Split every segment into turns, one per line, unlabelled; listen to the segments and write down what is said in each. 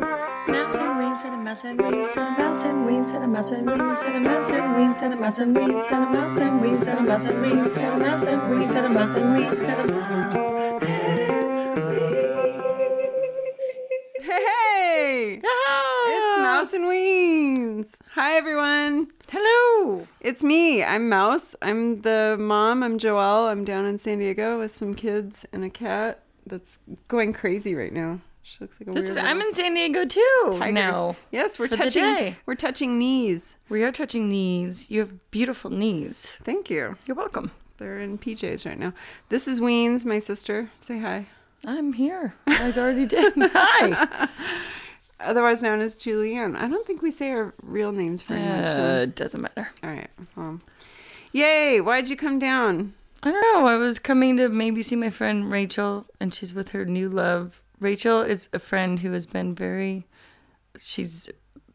Mouse and wings and a mouse and wings and a mouse and wings and a mouse and wings and a mouse and wings and a mouse and wings and a mouse and wings and a mouse and wings and a mouse and wings and a mouse and wings and a mouse.
Hey! It's Mouse and Weens. Hi, everyone.
Hello.
It's me. I'm Mouse. I'm the mom. I'm Joelle. I'm down in San Diego with some kids and a cat that's going crazy right now. She looks like a
This
weird
is
little
I'm in San Diego too.
tiger.
Now
Yes, we're
for the
touching.
day.
We're touching knees.
we are touching knees. You have beautiful knees.
Thank you.
You're welcome.
They're in PJs right now. This is Weens, my sister. Say hi.
I'm here. I already did. Hi.
Otherwise known as Julianne. I don't think we say our real names very much. though.
Uh, doesn't matter.
All right. Well, yay! Why'd you come down?
I don't know. I was coming to maybe see my friend Rachel, and she's with her new love. Rachel is a friend who has been very, she's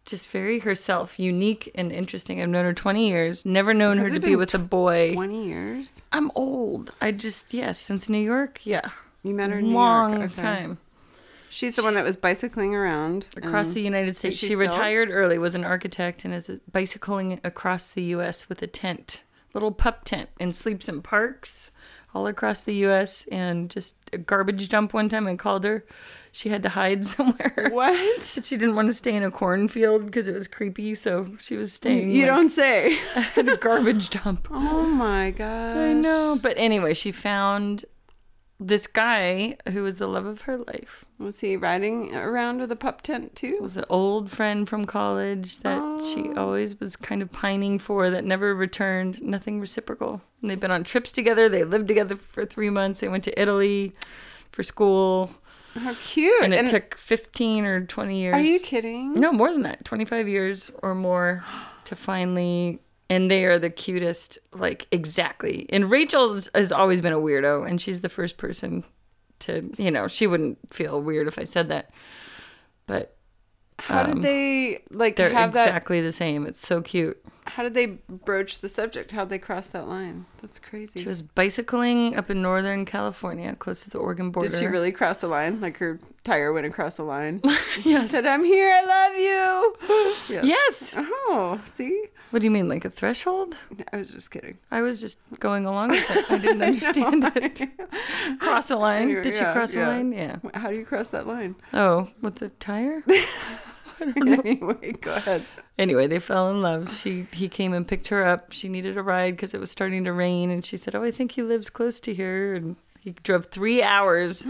just very herself, unique and interesting. I've known her 20 years, never known
Has
her
it
to be
been
with a boy.
Twenty years.
I'm old. I just, yeah, since New York, yeah.
You met her in New
Long
York. Okay.
time.
She's the one that was bicycling around
Across
and-
the United States.
Mm. she
She,
still?
retired early, was an architect, and is bicycling across the U.S. with a tent, little pup tent, and sleeps in parks all across the U.S. And just a garbage dump one time, I called her. She had to hide somewhere.
What?
She didn't want to stay in a cornfield because it was creepy, so she was staying
You
like,
don't say.
at a garbage dump.
Oh my gosh.
I know. But anyway, she found this guy who was the love of her life.
Was he riding around with a pup tent
It
too?
was an old friend from college that she
Oh.
always was kind of pining for that never returned, nothing reciprocal. And they've been on trips together, they lived together for three months, they went to Italy for school,
How cute.
and it took 15 or 20 years.
Are you kidding?
No, more than that, 25 years or more to finally. And they are the cutest, like exactly. And Rachel is- has always been a weirdo, and she's the first person to, you know, she wouldn't feel weird if I said that. But
How did they like
Um, they're
have
exactly the same. It's so cute.
that how did they broach the subject? How'd they cross that line? That's crazy.
She was bicycling up in Northern California, close to the Oregon border.
did she really cross the line? Like her tire went across the line. She
Yes.
said, I'm here, I love you. Yes.
Yes.
Oh, see?
What do you mean, like a threshold?
I was just kidding.
I was just going along with it. I didn't understand it. Cross a line?
Anyway,
Did she
yeah,
cross a
yeah.
line? Yeah.
How do you cross that line?
Oh, with the tire.
anyway, go ahead.
anyway, they fell in love. She he came and picked her up. She needed a ride because it was starting to rain, and she said, "Oh, I think he lives close to here." And he drove three hours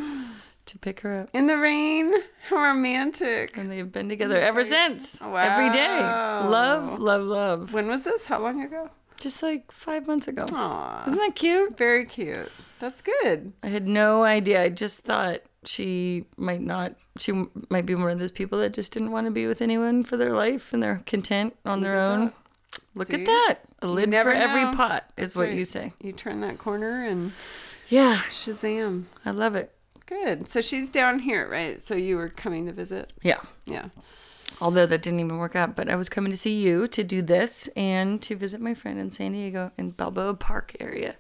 to pick her up.
In the rain. How romantic.
And they've been together ever since.
Wow.
Every day. Love, love, love.
When was this? How long ago?
Just like five months ago.
Aw.
Isn't that cute?
Very cute. That's good.
I had no idea. I just thought she might not. She m- might be one of those people that just didn't want to be with anyone for their life and they're content on their
at
own.
that.
Look
See?
at that. A lid
never
for every
know.
pot is what
right.
you say.
You turn that corner and
Yeah,
shazam.
I love it.
Good. So she's down here, right? So you were coming to visit?
Yeah.
Yeah.
Although that didn't even work out, but I was coming to see you to do this and to visit my friend in San Diego in Balboa Park area.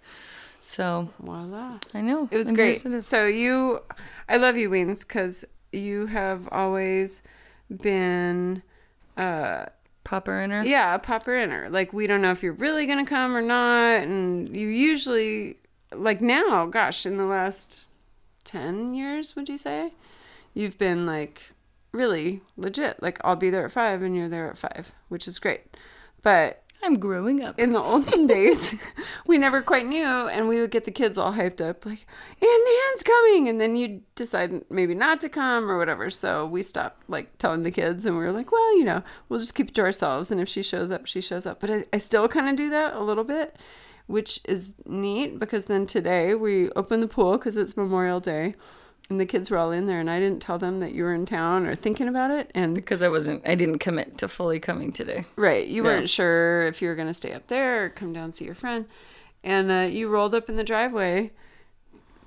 So
Voila.
I know
It was
and
great.
yes, it is.
So you, I love you, Wings, because you have always been. Uh,
Popper in her.
Yeah, a popper inner. Like we don't know if you're really gonna come or not, and you usually like now, gosh, in the last ten years, would you say, you've been like really legit. Like I'll be there at five, and you're there at five, which is great. But
I'm growing up.
in the olden days, we never quite knew, and we would get the kids all hyped up, like, "And Nan's coming," and then you decide maybe not to come or whatever. So we stopped like telling the kids, and we were like, "Well, you know, we'll just keep it to ourselves, and if she shows up, she shows up." But I, I still kind of do that a little bit, which is neat because then today we open the pool because it's Memorial Day. And the kids were all in there, and I didn't tell them that you were in town or thinking about it. And
because I wasn't I didn't commit to fully coming today.
Right. You
Yeah.
weren't sure if you were going to stay up there or come down see your friend. And uh, you rolled up in the driveway,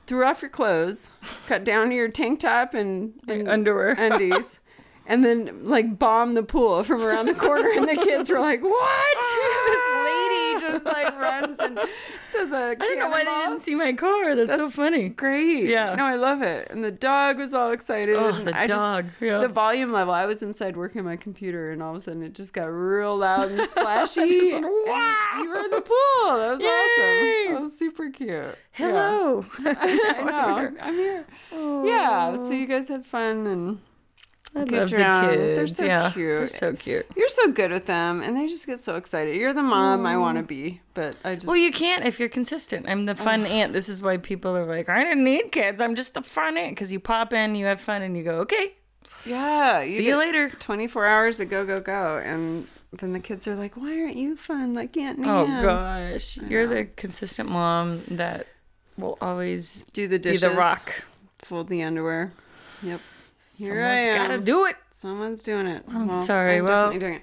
threw off your clothes, cut down to your tank top and, and
underwear.
undies, and then like bombed the pool from around the corner. And the kids were like, What? this lady just like runs and does a
I don't know why they
cannonball.
didn't see my car. That's, so funny.
Great.
Yeah.
No, I love it. And the dog was all excited.
Oh,
and
the
I just-
dog. Yeah.
The volume level. I was inside working on my computer, and all of a sudden it just got real loud and
I
splashy.
just went,
and
"Wow."
you were in the pool. That was
Yay.
awesome. That was super cute. Yeah.
Hello.
I know. I'm here. Yeah. So you guys had fun, and
I
Good
love
job.
the
They're
kids.
so
yeah. They're
cute.
so cute.
you're so good with them, and they just get so excited. You're the mom I want to be, but I just
Well, you can't if you're consistent. I'm the fun aunt. This is why people are like, I didn't need kids. I'm just the fun aunt. Because you pop in, you have fun, and you go, okay,
yeah.
see you
get-
later.
24 hours of go, go, go. And then the kids are like, why aren't you fun like Aunt Nan?
Oh, gosh. You're the consistent mom that will always
Do the dishes.
be the rock.
Fold the underwear. Yep. Here I
Someone's
am.
gotta do it.
Someone's doing it.
I'm sorry,
I'm
well-
definitely doing it.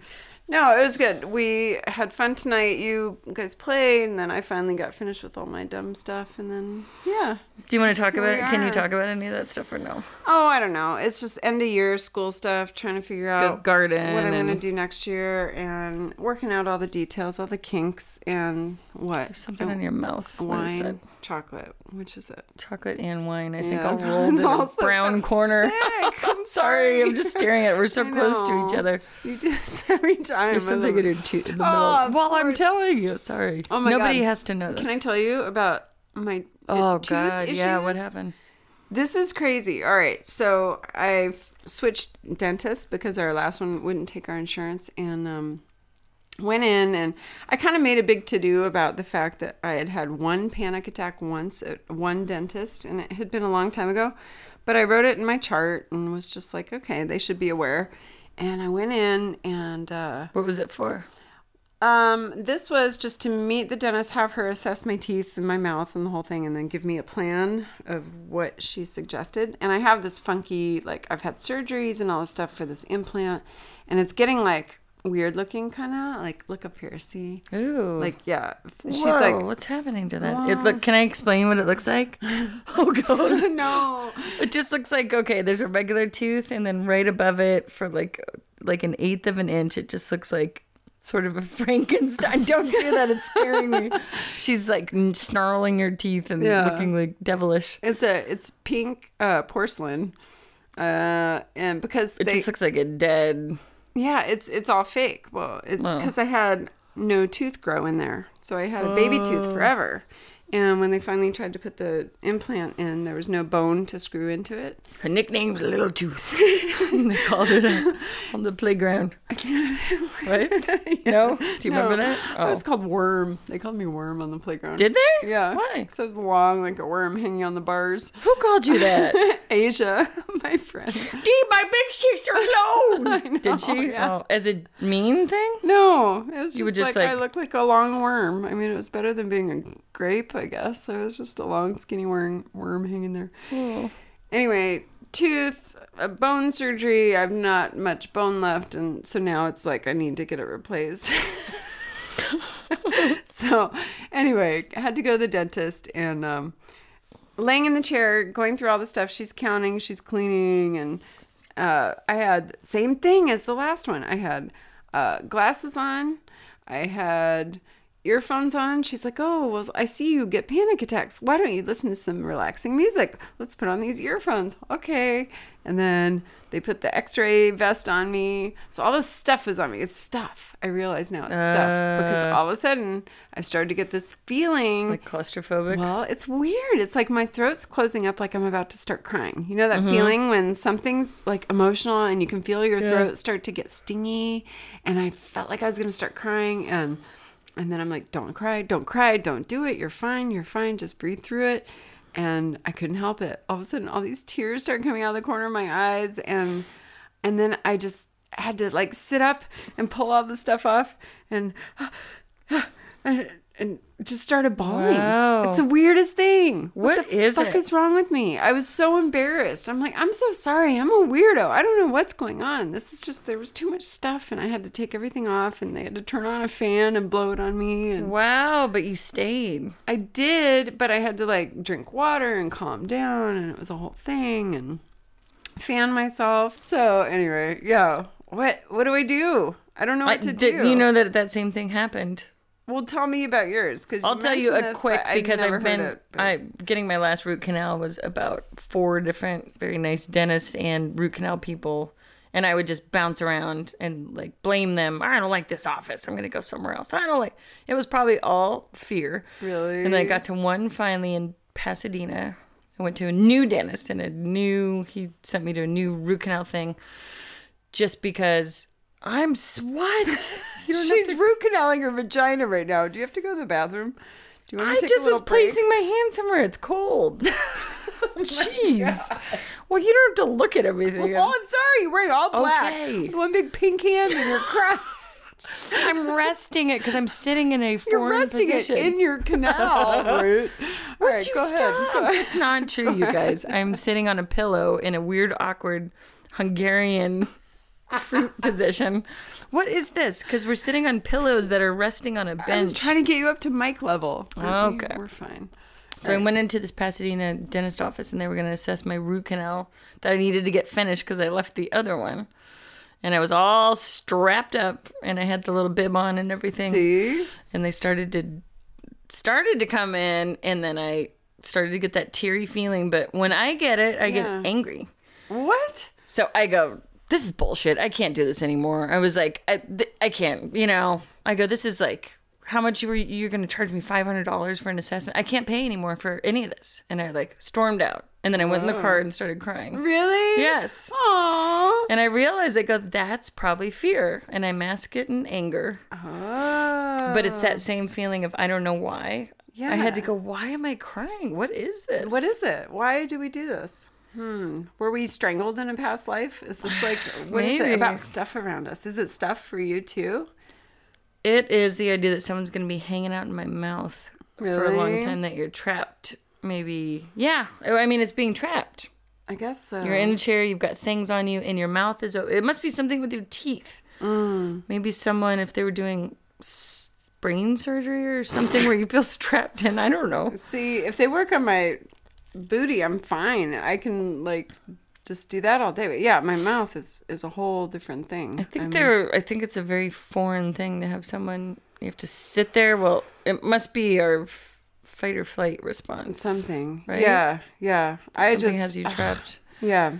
No, it was good. We had fun tonight. You guys played, and then I finally got finished with all my dumb stuff. And then, yeah.
Do you want to talk about
we
it? Can you
are.
talk about any of that stuff or no?
Oh, I don't know. It's just end of year school stuff, trying to figure
The
out
garden.
Oh, what I'm going to
and-
do next year and working out all the details, all the kinks, and what?
Something
and
in your mouth. What is that?
wine, chocolate. Which is it?
Chocolate and wine. I think
Yeah.
I'll roll in
It's all
the
so- I'm
brown corner.
sick. I'm
Sorry, I'm just staring at it. We're so
I
close to each
know.
other.
You just every time.
There's
I love
something in
it.
your tooth in the
Oh,
middle.
of
Well, I'm
course.
telling you. Sorry.
Oh my
Nobody
God.
has to know this.
Can I tell you about my
oh
uh, tooth
God, yeah. What
issues?
happened?
This is crazy. All right, so I've switched dentists because our last one wouldn't take our insurance, and um, went in and I kind of made a big to do about the fact that I had had one panic attack once at one dentist, and it had been a long time ago. But I wrote it in my chart and was just like, okay, they should be aware. And I went in and. Uh,
What was it for?
um, this was just to meet the dentist, have her assess my teeth and my mouth and the whole thing, and then give me a plan of what she suggested. And I have this funky, like, I've had surgeries and all this stuff for this implant, and it's getting like weird looking, kind of like, look up here, see?
Ooh.
Like, yeah. She's
Oh. Whoa,
like,
what's happening to that? It look. Can I explain what it looks like? Oh God.
no.
It just looks like okay. There's a regular tooth, and then right above it, for like like an eighth of an inch, it just looks like sort of a Frankenstein. Don't do that; it's scaring me. She's like n- snarling her teeth and
Yeah.
looking like devilish.
It's a, it's pink uh, porcelain. Uh, and because
It
they,
just looks like a dead.
Yeah, it's it's all fake. Well,
Wow.
because I had no tooth grow in there, so I had a baby
Uh.
tooth forever. And when they finally tried to put the implant in, there was no bone to screw into it.
Her nickname's Little Tooth. they called her that on the playground. Right? No? Do you
No,
remember that?
It
Oh.
was called Worm. They called me Worm on the playground.
Did they?
yeah.
Why?
Because I was long like a worm hanging on the bars.
Who called you that?
Asia, my friend.
Leave my big sister alone.
know,
Did she?
yeah.
Oh, as a mean thing?
No, it was just,
You were
like,
just
I
like-
looked like a long worm. I mean, it was better than being a grape, I guess. I was just a long, skinny worm, worm hanging there.
Hmm.
Anyway, tooth, a bone surgery. I've not much bone left, and so now it's like I need to get it replaced. so, anyway, I had to go to the dentist and um, laying in the chair, going through all the stuff. She's counting, she's cleaning, and uh, I had same thing as the last one. I had uh, glasses on. I had earphones on. She's like, "Oh, well, I see you get panic attacks. Why don't you listen to some relaxing music? Let's put on these earphones." Okay. And then they put the X-ray vest on me. So all this stuff was on me. It's stuff. I realize now it's stuff because
Uh.
all of a sudden I started to get this feeling
Like claustrophobic?
well, it's weird. It's like my throat's closing up like I'm about to start crying. You know that
Mm-hmm.
feeling when something's like emotional and you can feel your throat start to get stingy and I felt like I was going to start crying and and then I'm like don't cry, don't cry, don't do it. You're fine, you're fine. Just breathe through it. And I couldn't help it. All of a sudden all these tears start coming out of the corner of my eyes and and then I just had to like sit up and pull all the stuff off and and, and just started bawling.
Wow.
It's the weirdest thing.
What
the
is
fuck
it?
is wrong with me? I was so embarrassed. I'm like, I'm so sorry. I'm a weirdo. I don't know what's going on. This is just there was too much stuff, and I had to take everything off, and they had to turn on a fan and blow it on me, and
Wow, but you stayed.
I did, but I had to like drink water and calm down, and it was a whole thing, and fan myself. So anyway, yeah. What what do I do? I don't know
I,
what to
did
do.
you know that that same thing happened
Well, tell me about yours because
I'll tell you a quick because
never
I've been
Heard it, but-
I getting my last root canal was about four different very nice dentists and root canal people, and I would just bounce around and like blame them. I don't like this office. I'm gonna go somewhere else. I don't like. It was probably all fear.
Really?
And then I got to one finally in Pasadena. I went to a new dentist and a new. He sent me to a new root canal thing, just because. I'm s- what?
You don't have
She's
to- root canaling her vagina right now. Do you have to go to the bathroom? Do you want
I
to take a
just
little
was
break?
placing my hand somewhere. It's cold. Jeez. Well, you don't have to look at everything.
Well, Oh, I'm sorry. You're wearing all black.
Okay.
With One big pink hand in your crotch.
I'm resting it because I'm sitting in a
You're
foreign
resting
position.
it in your canal root. All right,
Would you
go ahead.
stop?
Go ahead.
It's not true, you guys. I'm sitting on a pillow in a weird, awkward Hungarian fruit position. What is this? Because we're sitting on pillows that are resting on a bench.
I was trying to get you up to mic level. We-
Okay.
We're fine.
So I went into this Pasadena dentist office and they were going to assess my root canal that I needed to get finished because I left the other one. And I was all strapped up and I had the little bib on and everything.
See?
And they started to started to come in and then I started to get that teary feeling, but when I get it, I
Yeah.
get angry.
What?
So I go, this is bullshit. I can't do this anymore. I was like, I, th- I can't, you know. I go, this is like, how much you were you're going to charge me five hundred dollars for an assessment? I can't pay anymore for any of this. And I like stormed out, and then I went in the car and started crying.
Really?
Yes.
Aww.
And I realized I go, that's probably fear, and I mask it in anger.
Uh,
But it's that same feeling of I don't know why. I had to
Oh. Yeah.
go. Why am I crying? What is this?
What is it? Why do we do this? Hmm. Were we strangled in a past life? Is this like what is it
Maybe.
about stuff around us? Is it stuff for you too?
It is the idea that someone's going to be hanging out in my mouth for a long
Really?
time, that you're trapped. Maybe, yeah. Oh, I mean, it's being trapped.
I guess so.
You're in a chair, you've got things on you, and your mouth is. o- It must be something with your teeth.
Mm.
Maybe someone, if they were doing s- brain surgery or something where you feel strapped in, I don't know.
See, if they work on my booty, I'm fine. I can like just do that all day. But yeah, my mouth is is a whole different thing.
I think they're. I think it's a very foreign thing to have someone. You have to sit there. Well, it must be our f- fight or flight response.
something.
Right?
Yeah, yeah. I
Something
just ah.
has you trapped.
Yeah.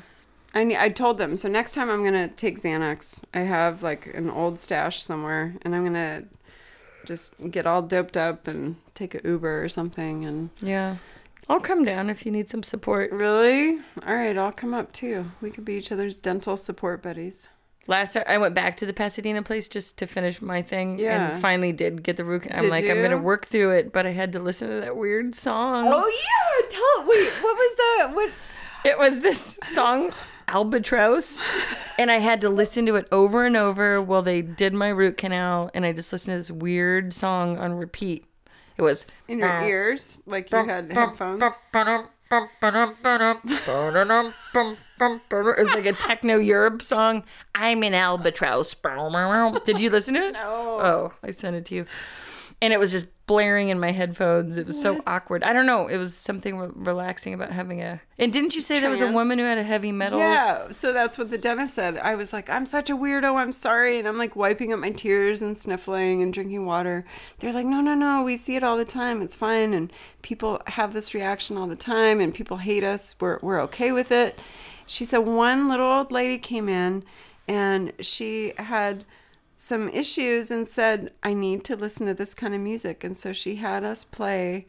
I, ne- I told them, so next time I'm going to take Xanax. I have like an old stash somewhere, and I'm going to just get all doped up and take a Uber or something. And
Yeah. I'll come down if you need some support.
really? All right, I'll come up too. We could be each other's dental support buddies.
Last time I went back to the Pasadena place just to finish my thing
Yeah.
and finally did get the root canal. I'm
Did
like, I'm going to
you?
work through it, but I had to listen to that weird song.
Oh. yeah. Tell, wait, what was the, what?
It was this song, Albatross. and I had to listen to it over and over while they did my root canal. And I just listened to this weird song on repeat. It was.
In your ears, like you had headphones.
It was like a techno Europe song. I'm an albatross. Did you listen to it?
No.
Oh, I sent it to you. And it was just blaring in my headphones. It was so awkward. I don't know. It was something re- relaxing about having a. And didn't you say there was a
Trance.
woman who had a heavy metal?
Yeah, so that's what the dentist said. I was like, I'm such a weirdo, I'm sorry. And I'm like wiping up my tears and sniffling and drinking water. They're like, no, no, no, we see it all the time. It's fine. And people have this reaction all the time and people hate us. We're, we're okay with it. She said, one little old lady came in and she had some issues and said, I need to listen to this kind of music. And so she had us play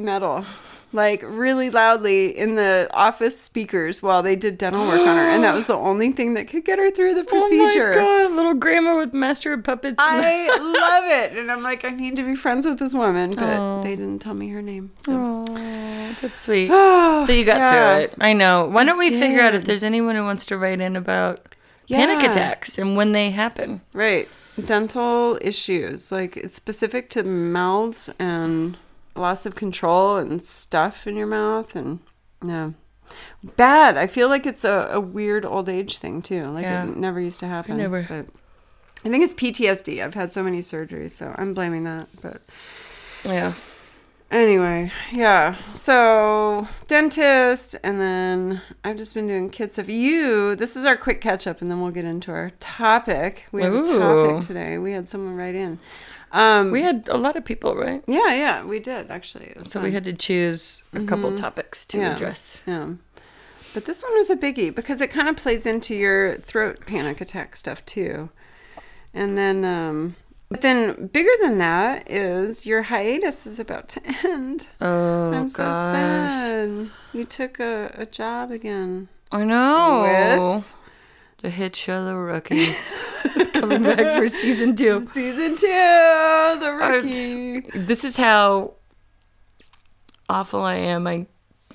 metal, like really loudly in the office speakers while they did dental work on her. And that was the only thing that could get her through the procedure.
Oh my god, little grandma with master of puppets.
I love it. And I'm like, I need to be friends with this woman. But
Oh.
they didn't tell me her name. So.
Aw, that's sweet. so you got
Oh, Yeah.
through it. I know. Why don't we figure out if
did.
there's anyone who wants to write in about panic
Yeah.
attacks and when they happen?
Right. Dental issues. Like it's specific to mouths and loss of control and stuff in your mouth and yeah. Bad. I feel like it's a, a weird old age thing too. Like
Yeah.
it never used to happen.
never-
But I think it's PTSD. I've had so many surgeries, so I'm blaming that. But
Yeah.
Anyway, yeah. So dentist, and then I've just been doing kid stuff. You, this is our quick catch up, and then we'll get into our topic. We have a
Ooh.
topic today. We had someone write in. Um,
We had a lot of people, right?
yeah, yeah, we did actually. It was
So we had to choose a couple topics to
Mm-hmm. Yeah.
address.
Yeah. But this one was a biggie because it kind of plays into your throat panic attack stuff too. And then um but then bigger than that is your hiatus is about to end.
Oh
I'm
gosh,
so sad. You took a, a job again.
I know. The hit show, The Rookie, is coming back for season two.
Season two, the
I was-
rookie.
This is how awful I am. I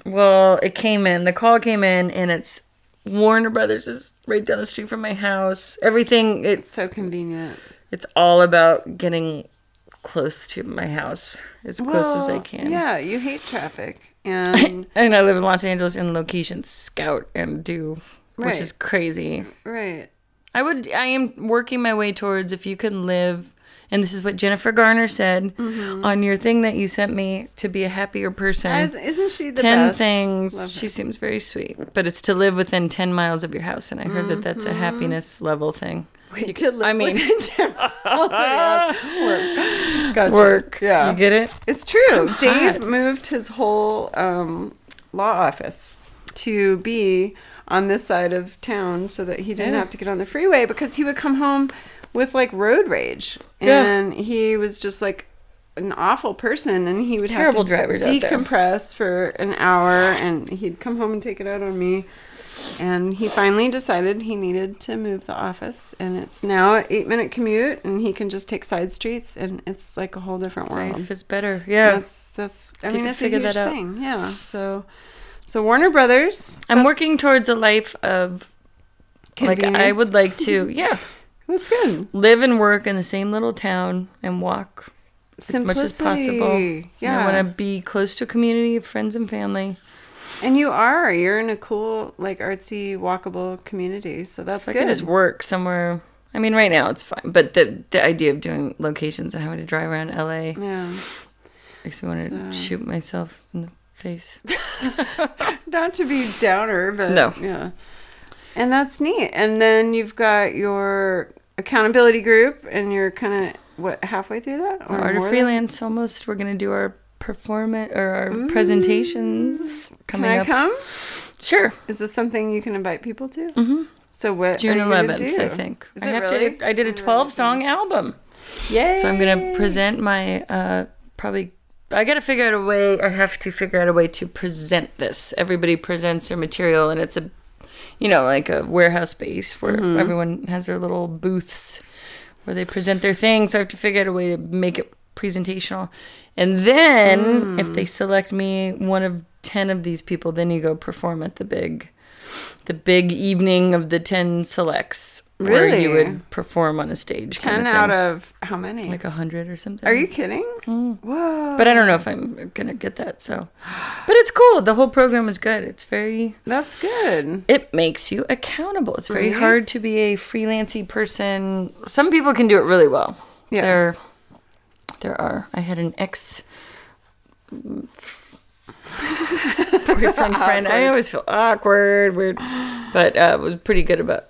well, it came in. The call came in, and it's Warner Brothers is right down the street from my house. Everything it's
So convenient.
it's all about getting close to my house as close as I
Well,
can.
Yeah, you hate traffic. And
And I live in Los Angeles in location scout and do,
Right.
which is crazy.
right.
I would. I am working my way towards if you can live, and this is what Jennifer Garner said on your thing that you sent me to be a happier person.
As, isn't she the
ten
best?
things.
Love
she seems very sweet, but it's to live within ten miles of your house, and I heard that that's a
Mm-hmm.
happiness level thing.
Wait, to live
I mean-
within 10 miles of your house. Work. Gotcha.
Work.
Yeah.
You get it?
It's
Oh,
true. Dave
hot.
moved his whole um, law office to be on this side of town so that he didn't
Yeah.
have to get on the freeway because he would come home with like road rage.
Yeah.
And he was just like an awful person and he would
Terrible
have to
drivers out there.
decompress for an hour and he'd come home and take it out on me. And he finally decided he needed to move the office, and it's now an eight-minute commute, and he can just take side streets, and it's like a whole different world
Life is better. Yeah.
that's that's i
If you
mean
could
it's a
figure
huge
that out.
thing yeah so so warner brothers
I'm
that's
working towards a life of like I
convenience.
would like to. Yeah.
that's good
live and work in the same little town and walk as much as possible.
Simplicity.
And I
yeah
want to be close to a community of friends and family.
and you are you're in a cool like artsy walkable community so that's
So I
good
could just work somewhere. I mean, right now it's fine, but the the idea of doing locations and having to drive around LA
yeah
makes me want to
So-
shoot myself in the face.
not to be downer but
No.
yeah and that's neat and then you've got your accountability group and you're kind of what halfway through that
Our art of
more than-
freelance almost. We're gonna do our performance or our presentations
Mm. can
coming
i
up.
come
Sure,
Is this something you can invite people to? Mm-hmm. So what?
June
are you gonna
11th, I
do?
think.
Is
I
it
have
really?
to. I did a 12 song album.
Yay!
So I'm gonna present my uh, probably. I gotta figure out a way. I have to figure out a way to present this. Everybody presents their material, and it's a, you know, like a warehouse space where
Mm-hmm.
everyone has their little booths where they present their thing. So I have to figure out a way to make it presentational. And then
Mm.
if they select me, one of ten of these people, then you go perform at the big, the big evening of the ten selects. Where
Really?
you would perform on a stage.
ten
kinda thing
out of how many?
like a hundred or something.
are you kidding? Whoa!
But I don't know if I'm gonna get that. So, but it's cool. The whole program is good. It's very.
that's good.
It makes you accountable. It's very
Right?
hard to be a freelancy person. Some people can do it really well.
Yeah.
There, there are. I had an ex. boyfriend friend. I always feel awkward, weird, but uh, was pretty good about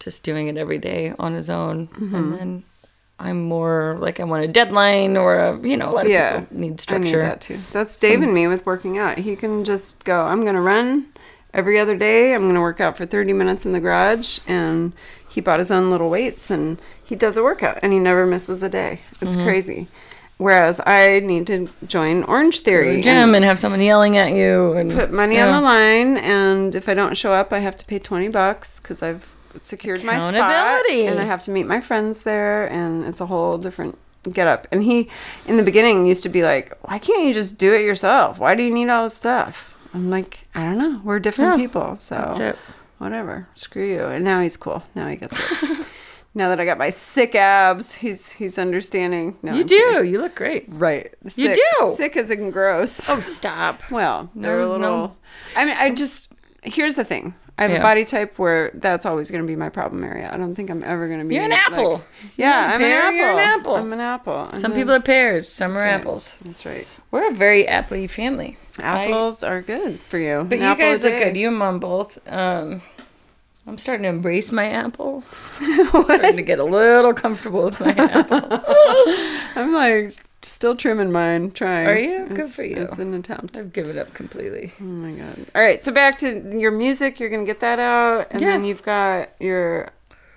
just doing it every day on his own.
Mm-hmm.
And then I'm more like I want a deadline or a you know a lot of
Yeah.
people need
I need
structure.
that too. That's Dave and me with working out. He can just go. I'm gonna run every other day. I'm gonna work out for 30 minutes in the garage, and he bought his own little weights, and he does a workout, and he never misses a day. It's
Mm-hmm.
crazy. Whereas I need to join Orange
Go to
Theory
the
and-
gym and have someone yelling at you and
put money
yeah.
on the line, and if I don't show up, I have to pay twenty bucks because I've secured my spot,
Accountability.
and I have to meet my friends there, and it's a whole different get up. And he, in the beginning, used to be like, "Why can't you just do it yourself? Why do you need all this stuff?" I'm like, "I don't know. We're different
Yeah.
people, so
That's it.
whatever. Screw you." And now he's cool. Now he gets it. now that I got my sick abs, he's he's understanding. No,
You
I'm kidding.
do. You look great.
Right. Sick-
do.
Sick as in gross.
Oh, stop.
Well, they're a
No, no.
little. I mean, I just. Here's the thing. I have
Yeah.
a body type where that's always going to be my problem area. I don't think I'm ever going to be.
You're an
like-
apple.
yeah, I'm an
pear,
apple.
you're an apple.
I'm an apple. And
Some
then-
people are pears, some are
right.
apples.
That's right.
We're a very apple family. I-
Apples are good for you.
but
An
you
apple
guys
a
look
day.
good. You and mom both. Um, I'm starting to embrace my apple. I'm starting to get a little comfortable with my apple.
I'm like still trimming mine. Trying.
Are you? Good
It's-
for you.
It's an attempt.
I've given up completely.
Oh my god. All right. So back to your music. You're gonna get that out, and
Yeah.
then you've got your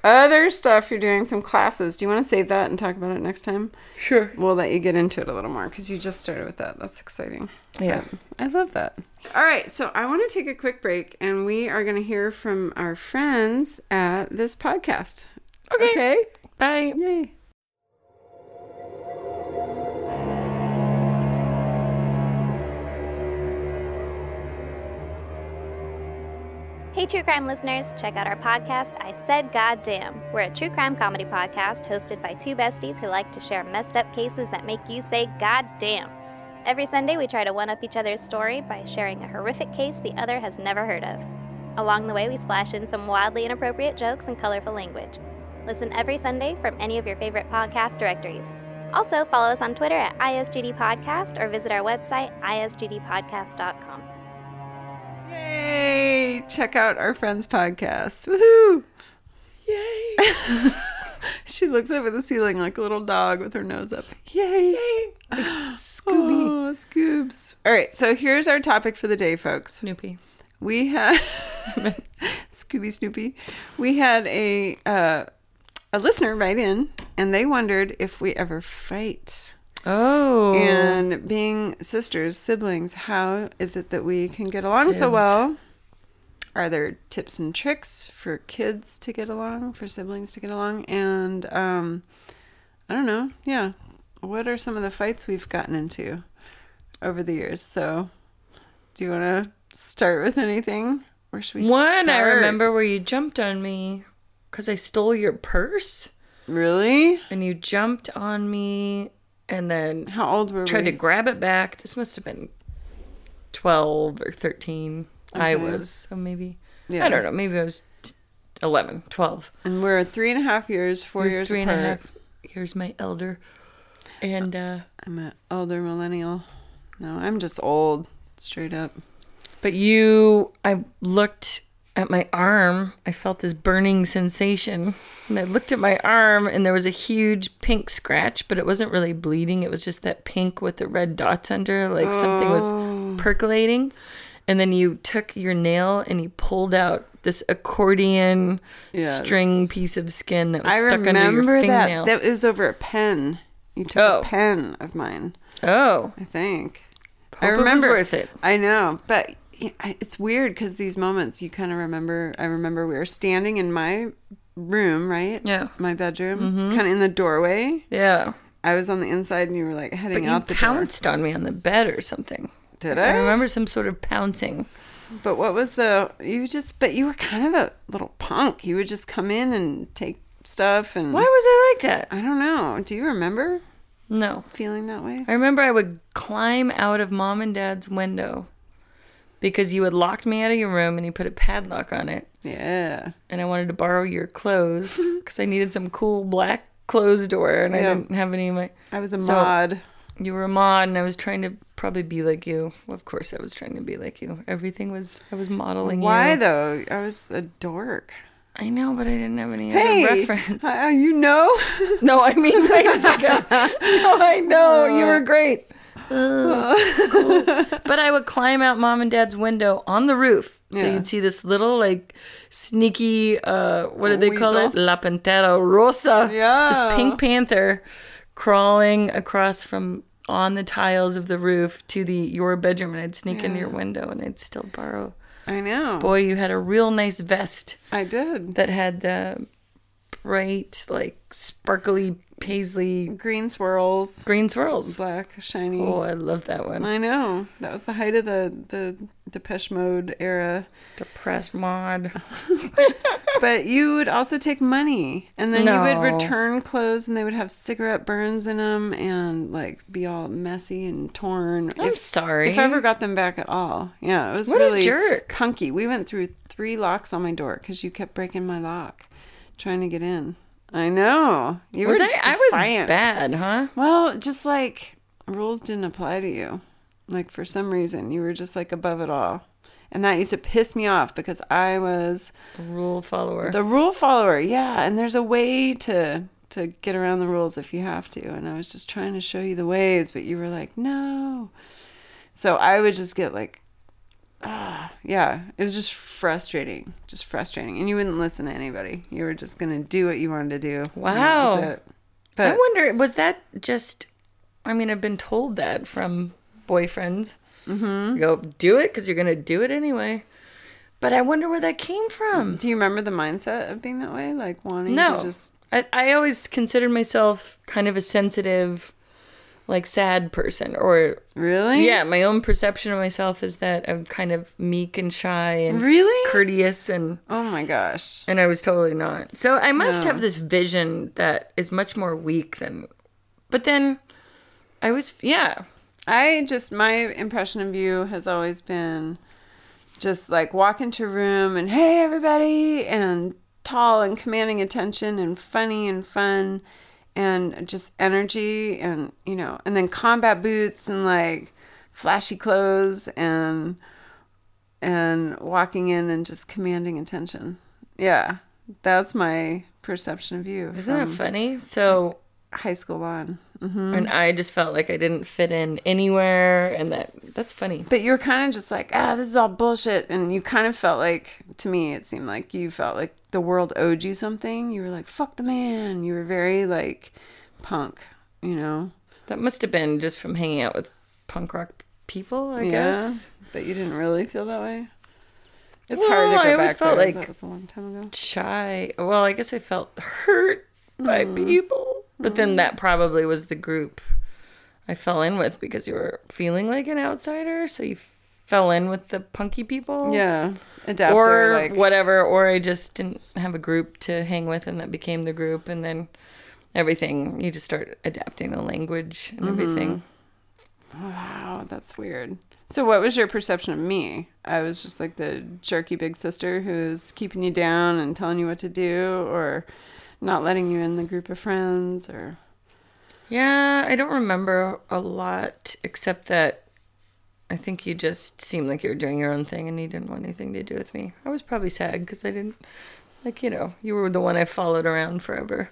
other stuff. You're doing some classes. Do you want to save that and talk about it next time?
Sure.
We'll let you get into it a little more because you just started with that. That's exciting.
Yeah.
But I love that. All right, so I want to take a quick break and we are going to hear from our friends at this podcast.
Okay.
Okay.
Bye.
Yay.
Hey, true crime listeners, check out our podcast, I Said Goddamn. We're a true crime comedy podcast hosted by two besties who like to share messed up cases that make you say goddamn. Every Sunday, we try to one up each other's story by sharing a horrific case the other has never heard of. Along the way, we splash in some wildly inappropriate jokes and colorful language. Listen every Sunday from any of your favorite podcast directories. Also, follow us on Twitter at ISGD Podcast or visit our website, isgdpodcast.com.
Yay. Check out our friends podcast. Woohoo.
Yay.
She looks up at the ceiling like a little dog with her nose up. Yay. Scooby. Oh, Scoobs. All right, so here's our topic for the day, folks.
Snoopy.
We had Scooby Snoopy. We had a uh, a listener write in, and they wondered if we ever fight.
Oh.
And being sisters, siblings, how is it that we can get along so
Sims.
well? Are there tips and tricks for kids to get along, for siblings to get along? And um, I don't know. Yeah. What are some of the fights we've gotten into over the years? So, do you want to start with anything? Or should we
One I
start?
remember where you jumped on me because I stole your purse
Really?
and you jumped on me and then
How old were
tried
we?
to grab it back. This must have been 12 or 13. I
Okay.
was, so maybe,
Yeah.
I don't know, maybe I was t- 11, 12.
and we're three and a half years, 4
You're
years
three and
apart.
a half years my elder. And uh,
I'm an elder millennial. No, I'm just old, straight up.
But you, I looked at my arm. I felt this burning sensation. And I looked at my arm, and there was a huge pink scratch, but it wasn't really bleeding. It was just that pink with the red dots under, like something
Oh.
was percolating. And then you took your nail and you pulled out this accordion
Yes.
string piece of skin that was
I
stuck under your
remember
fingernail.
that. That was over a pen. You took
Oh.
a pen of mine,
oh,
I think. I
Hope it was
remember
worth it.
I know, but y- I- it's weird because these moments you kind of remember. I remember we were standing in my room, right?
Yeah. Mm-hmm.
my bedroom, kind of in the doorway.
yeah.
I was on the inside, and you were like heading
But you
out the
pounced on me on the bed or something.
door. Did
I
I?
remember some sort of pouncing.
But what was the? You just. But you were kind of a little punk. You would just come in and take stuff, and
Why was I like that?
I don't know. Do you remember
No.
feeling that way?
I remember I would climb out of mom and dad's window because you had locked me out of your room and you put a padlock on it.
Yeah.
And I wanted to borrow your clothes because I needed some cool black closed door and I
Yeah.
didn't have any of my.
I was a
So-
mod.
You were a mod and I was trying to probably be like you. Well, of course, I was trying to be like you. Everything was, I was modeling
Why
you.
though? I was a dork.
I know, but I didn't have any
Hey,
other reference.
uh, you know,
No, I mean, wait a second. No, I know. you were great. Ugh, cool. But I would climb out mom and dad's window on the roof. So
Yeah.
you'd see this little, like, sneaky, uh, what did they call it?
Weasel.
La Pantera Rosa.
Yeah.
This pink panther crawling across from on the tiles of the roof to the your bedroom and I'd sneak into your window and I'd still borrow.
I know.
Boy, you had a real nice vest
I did.
that had uh, bright, like sparkly paisley
Green swirls,
green swirls.
black, shiny.
Oh, I love that one.
I know. That was the height of the the Depeche Mode era.
Depressed mod.
But you would also take money, and then you would
No.
return clothes, and they would have cigarette burns in them, and like be all messy and torn.
I'm sorry.
if I ever got them back at all. Yeah, it was
What a
really
jerk.
punky. We went through three locks on my door because you kept breaking my lock trying to get in. I know. You
Was
were
I? I was
defiant.
bad, huh?
Well, just like rules didn't apply to you. Like for some reason, you were just like above it all. And that used to piss me off because I was
Rule follower.
the rule follower. Yeah, and there's a way to to get around the rules if you have to. And I was just trying to show you the ways, but you were like, "No." So I would just get like ah, yeah, it was just frustrating. Just frustrating. And you wouldn't listen to anybody. You were just going to do what you wanted to do. and that was
Wow.
it.
I
But
wonder, was that just? I mean, I've been told that from boyfriends. Mm-hmm. Go do it because you're gonna do it anyway. But I wonder where that came from.
Do you remember the mindset of being that way? Like wanting
No,
to Mm-hmm. just
I, I always considered myself kind of a sensitive, like sad person, or
really?
yeah, my own perception of myself is that I'm kind of meek and shy and
Really?
courteous and
Oh my gosh.
and I was totally not. So I must
No.
have this vision that is much more weak than. But then, I was yeah.
I just my impression of you has always been just like walk into a room and hey everybody and tall and commanding attention and funny and fun and just energy and you know and then combat boots and like flashy clothes and and walking in and just commanding attention. Yeah. That's my perception of you
Isn't
from
that funny? So,
high school on.
and I just felt like I didn't fit in anywhere, and that that's funny.
But you were kind of just like, ah, this is all bullshit. And you kind of felt like, to me, it seemed like you felt like the world owed you something. You were like, fuck the man. You were very like punk, you know?
That must have been just from hanging out with punk rock people, I guess.
But you didn't really feel that way. It's
Well,
hard to go
I always
back
felt
there.
like-
that was a long time ago.
Shy. Well, I guess I felt hurt by
Hmm.
people, but then that probably was the group I fell in with because you were feeling like an outsider, so you fell in with the punky people.
Yeah. Adapt
or
or like,
whatever or i just didn't have a group to hang with and that became the group and then everything you just start adapting the language and
Mm-hmm.
everything
Wow, that's weird. So, what was your perception of me? I was just like the jerky big sister who's keeping you down and telling you what to do, or not letting you in the group of friends, or
yeah i don't remember a lot except that i think you just seemed like you were doing your own thing and you didn't want anything to do with me i was probably sad because i didn't like you know you were the one i followed around forever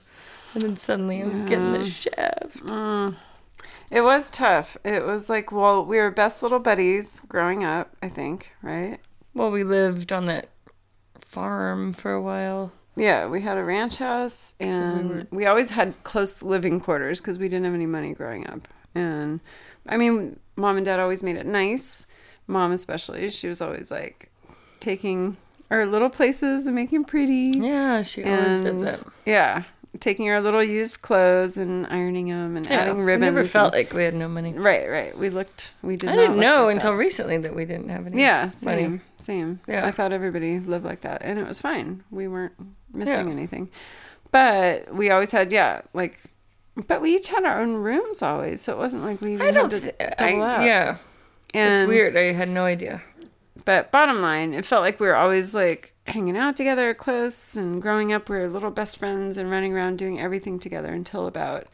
and then suddenly i was getting the shaft
mm. It was tough. It was like, well, we were best little buddies growing up, I think, right?
well we lived on that farm for a while
Yeah, we had a ranch house and we, always had close living quarters because we didn't have any money growing up. And I mean, mom and dad always made it nice. Mom, especially, she was always like taking our little places and making pretty.
yeah she always does
and-
that
Yeah, taking our little used clothes and ironing them and
Yeah,
adding
we
ribbons.
never felt
and-
like we had no money.
Right, right. We looked, we did
I
not
didn't
look
know
like that.
until recently that we didn't have any.
Yeah,
money.
same, same.
Yeah.
I thought everybody lived like that, and it was fine. We weren't missing
Yeah.
anything, but we always had, yeah, like, but we each had our own rooms always, so it wasn't like we even
I don't.
had
thi-
to
I,
double up.
yeah,
and,
it's weird. I had no idea.
But bottom line, it felt like we were always like hanging out together, close, and growing up, we were little best friends and running around doing everything together until about.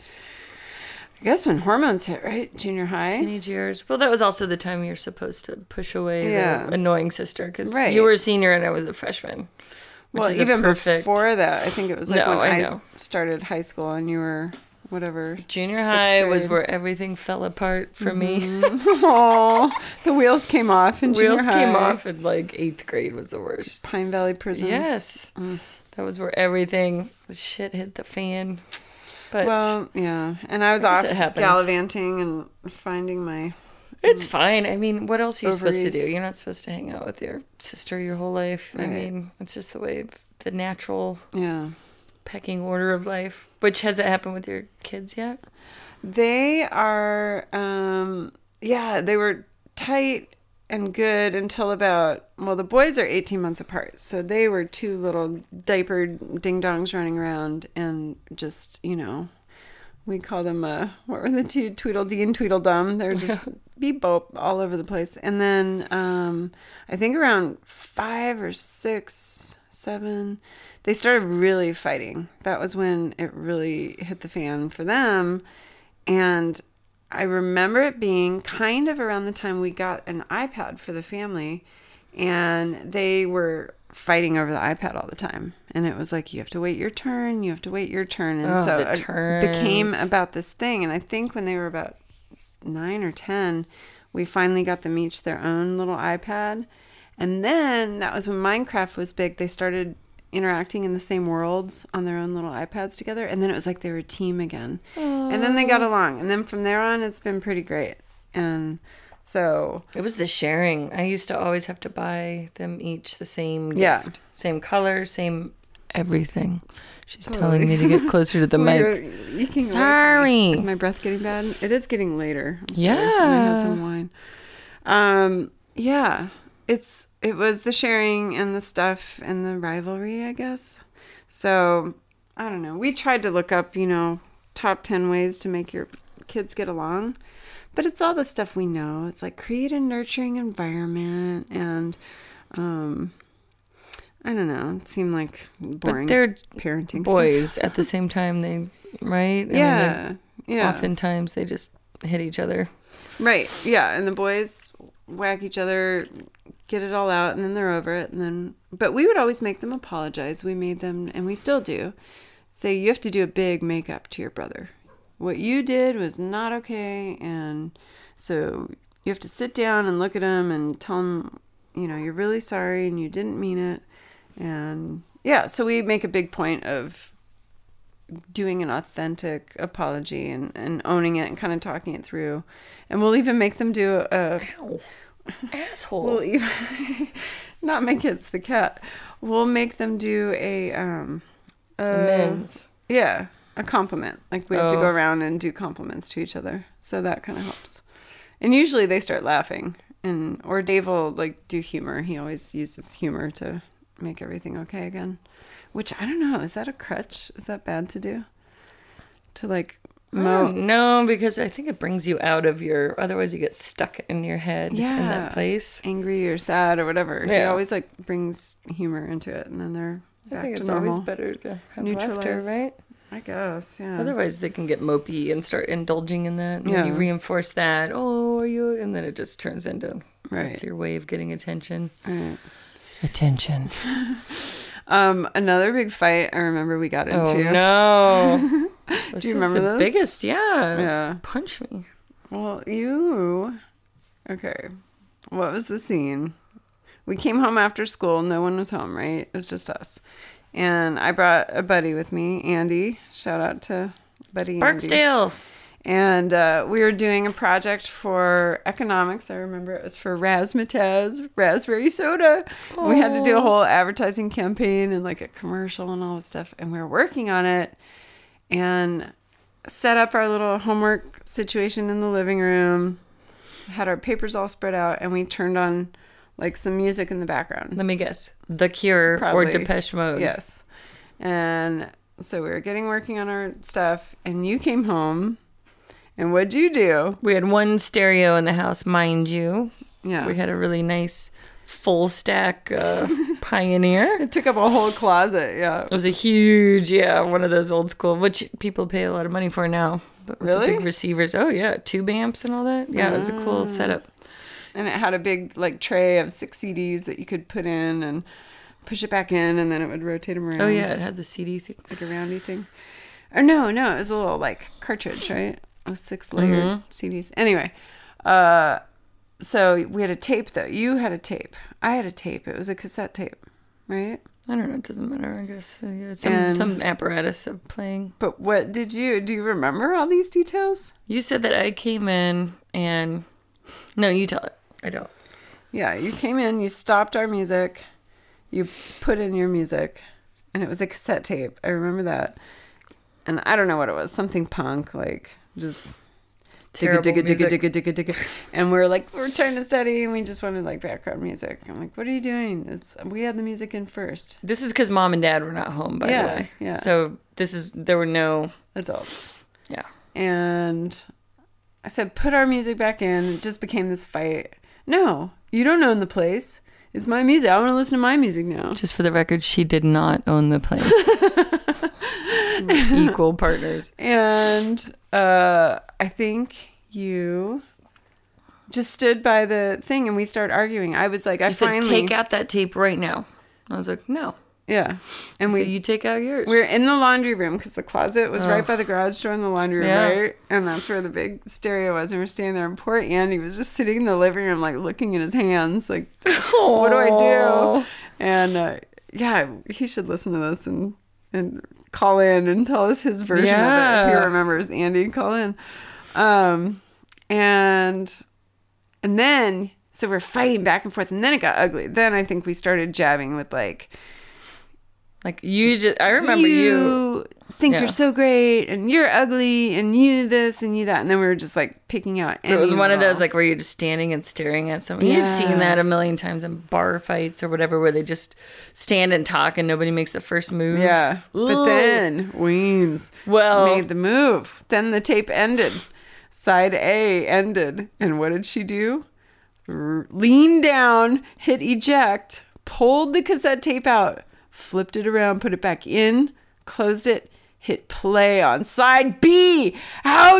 I guess when hormones hit, right? Junior high.
Teenage years. Well, that was also the time you're supposed to push away
Yeah.
the annoying sister because
Right.
you were a senior and I was a freshman, which
well,
is
even
a perfect
before that, I think it was like
No,
when
I
I,
know.
started high school and you were whatever.
junior
sixth
high was
grade.
where everything fell apart for me.
Aw, the wheels came off in
Wheels
junior high.
came off, and like eighth grade was the worst.
Pine Valley Prison. Mm.
Yes, that was where everything the shit hit the fan. But
Well, yeah, and I was
I
off
guess it happens.
gallivanting and finding my.
It's fine. I mean, what else are you supposed to
mm. Ovaries.
do? You're not supposed to hang out with your sister your whole life. I
Right.
mean, it's just the way of the natural
Yeah,
pecking order of life. Which has it happened with your kids yet?
they are. Um, yeah, they were tight and good until about. Well, the boys are eighteen months apart, so they were two little diapered ding dongs running around and just you know. We call them uh, what were the two Tweedledee and Tweedledum? They're just bebop all over the place. And then um, I think around five or six, seven, they started really fighting. That was when it really hit the fan for them. And I remember it being kind of around the time we got an iPad for the family, and they were fighting over the iPad all the time. And it was like, you have to wait your turn, you have to wait your turn. And
Oh,
so
the
it became
turns.
about this thing. And I think when they were about nine or 10, we finally got them each their own little iPad. And then that was when Minecraft was big. They started interacting in the same worlds on their own little iPads together. And then it was like they were a team again. And then they got along. And then from there on, it's been pretty great. And so,
It was the sharing. I used to always have to buy them each the same gift.
Yeah.
Same color, same everything. She's telling me to get closer to the
You're
mic.
eking away from me.
Sorry.
Is my breath getting bad? It is getting later. I'm sorry.
Yeah.
And I had some wine. Um, yeah. It's it was the sharing and the stuff and the rivalry, I guess. So I don't know. We tried to look up, you know, top ten ways to make your kids get along. But it's all the stuff we know. It's like create a nurturing environment and um I don't know. It seemed like boring
they're
parenting stuff.
Boys at the same time, they, right? I mean, they-
Yeah. yeah.
Oftentimes they just hit each other.
Right. Yeah, and the boys whack each other, get it all out, and then they're over it. And then, but we would always make them apologize. We made them, and we still do, say you have to do a big makeup to your brother. What you did was not okay, and so you have to sit down and look at him and tell him, you know, you're really sorry and you didn't mean it. And yeah, so we make a big point of doing an authentic apology and, and owning it and kind of talking it through. And we'll even make them do a.
Asshole.
We'll even. not my kids, the cat. We'll make them do a. um a-
Men's.
Yeah, a compliment. Like we have to
Oh.
go around and do compliments to each other. So that kind of helps. And usually they start laughing. And or Dave will like do humor. He always uses humor to make everything okay again. Which I don't know, is that a crutch? Is that bad to do? To like mo
No, because I think it brings you out of your. Otherwise, you get stuck in your head in
Yeah.
that place.
angry or sad or whatever. He
Yeah.
always like brings humor into it and then they're back
I think
to
it's
normal.
always better to have laughter,
Neutralize.
right?
I guess, yeah.
Otherwise, they can get mopey and start indulging in that. And then you
Yeah.
reinforce that. Oh, are you? And then it just turns into
Right.
that's your way of getting attention.
Right.
Attention.
Um another big fight I remember we got into.
Oh no! this is
remember
the
this?
biggest? Yeah.
Yeah.
Punch me.
Well, you. Okay. What was the scene? We came home after school. No one was home, right? It was just us. And I brought a buddy with me, Andy. Shout out to Buddy Andy.
Barksdale.
And uh, we were doing a project for economics. I remember it was for Razzmatazz, raspberry soda. And We had to do a whole advertising campaign and like a commercial and all this stuff. And we were working on it and set up our little homework situation in the living room, had our papers all spread out, and we turned on like some music in the background.
Let me guess. The Cure or
Probably.
Depeche Mode.
Yes. And so we were getting working on our stuff, and you came home. And what'd you do?
We had one stereo in the house, mind you.
Yeah.
We had a really nice full stack uh, Pioneer.
It took up a whole closet. Yeah.
It was a huge, yeah, one of those old school, which people pay a lot of money for now. But with the
Really?
big receivers. Oh, yeah. Tube amps and all that. Yeah, it was a cool setup.
And it had a big like tray of six CDs that you could put in and push it back in, and then it would rotate them around.
Oh, yeah. It had the CD thing.
Like a roundy thing. Or no, no, it was a little like cartridge, right? It was six layered
Mm-hmm.
CDs. Anyway, uh, so we had a tape though. You had a tape. I had a tape. It was a cassette tape, right?
I don't know. It doesn't matter, I guess. Uh, yeah, some,
And-
some apparatus of playing.
But what did you do? You remember all these details?
You said that I came in and. No, you tell it. I don't.
Yeah, you came in, you stopped our music, you put in your music, and it was a cassette tape. I remember that. And I don't know what it was, something punk, like just digga
Terrible
digga digga
music.
digga digga digga. And we were like, we're trying to study and we just wanted like background music. I'm like, what are you doing? This we had the music in first.
This is because mom and dad were not home, by
Yeah,
the way.
yeah.
So this is, there were no.
Adults.
Yeah.
and I said, put our music back in. It just became this fight. No, you don't own the place. It's my music. I want to listen to my music now.
Just for the record, she did not own the place. We're Equal partners.
And uh, I think you just stood by the thing and we started arguing. I was like, I
I said,
finally.
take out that tape right now. I was like, no.
Yeah. And
So
we
you take out yours.
We were in the laundry room because the closet was right by the garage door in the laundry room,
Yeah.
right? And that's where the big stereo was. And we're standing there, and poor Andy was just sitting in the living room, like looking at his hands, like, what do I
Aw.
do? And uh, yeah, he should listen to this and and call in and tell us his version of it if
Yeah.
he remembers. Andy, call in. Um, and and then so we're fighting back and forth, and then it got ugly. Then I think we started jabbing with like
like you just. I remember you.
think
Yeah.
you're so great and you're ugly and you this and you that and then we were just like picking out
It was
any
one of
and all.
those like where you're just standing and staring at someone. You've
Yeah.
seen that a million times in bar fights or whatever, where they just stand and talk and nobody makes the first move.
yeah but
Ooh.
then weens
Well-
made the move then the tape ended side a ended and what did she do R- leaned down hit eject pulled the cassette tape out flipped it around put it back in closed it hit play on side b how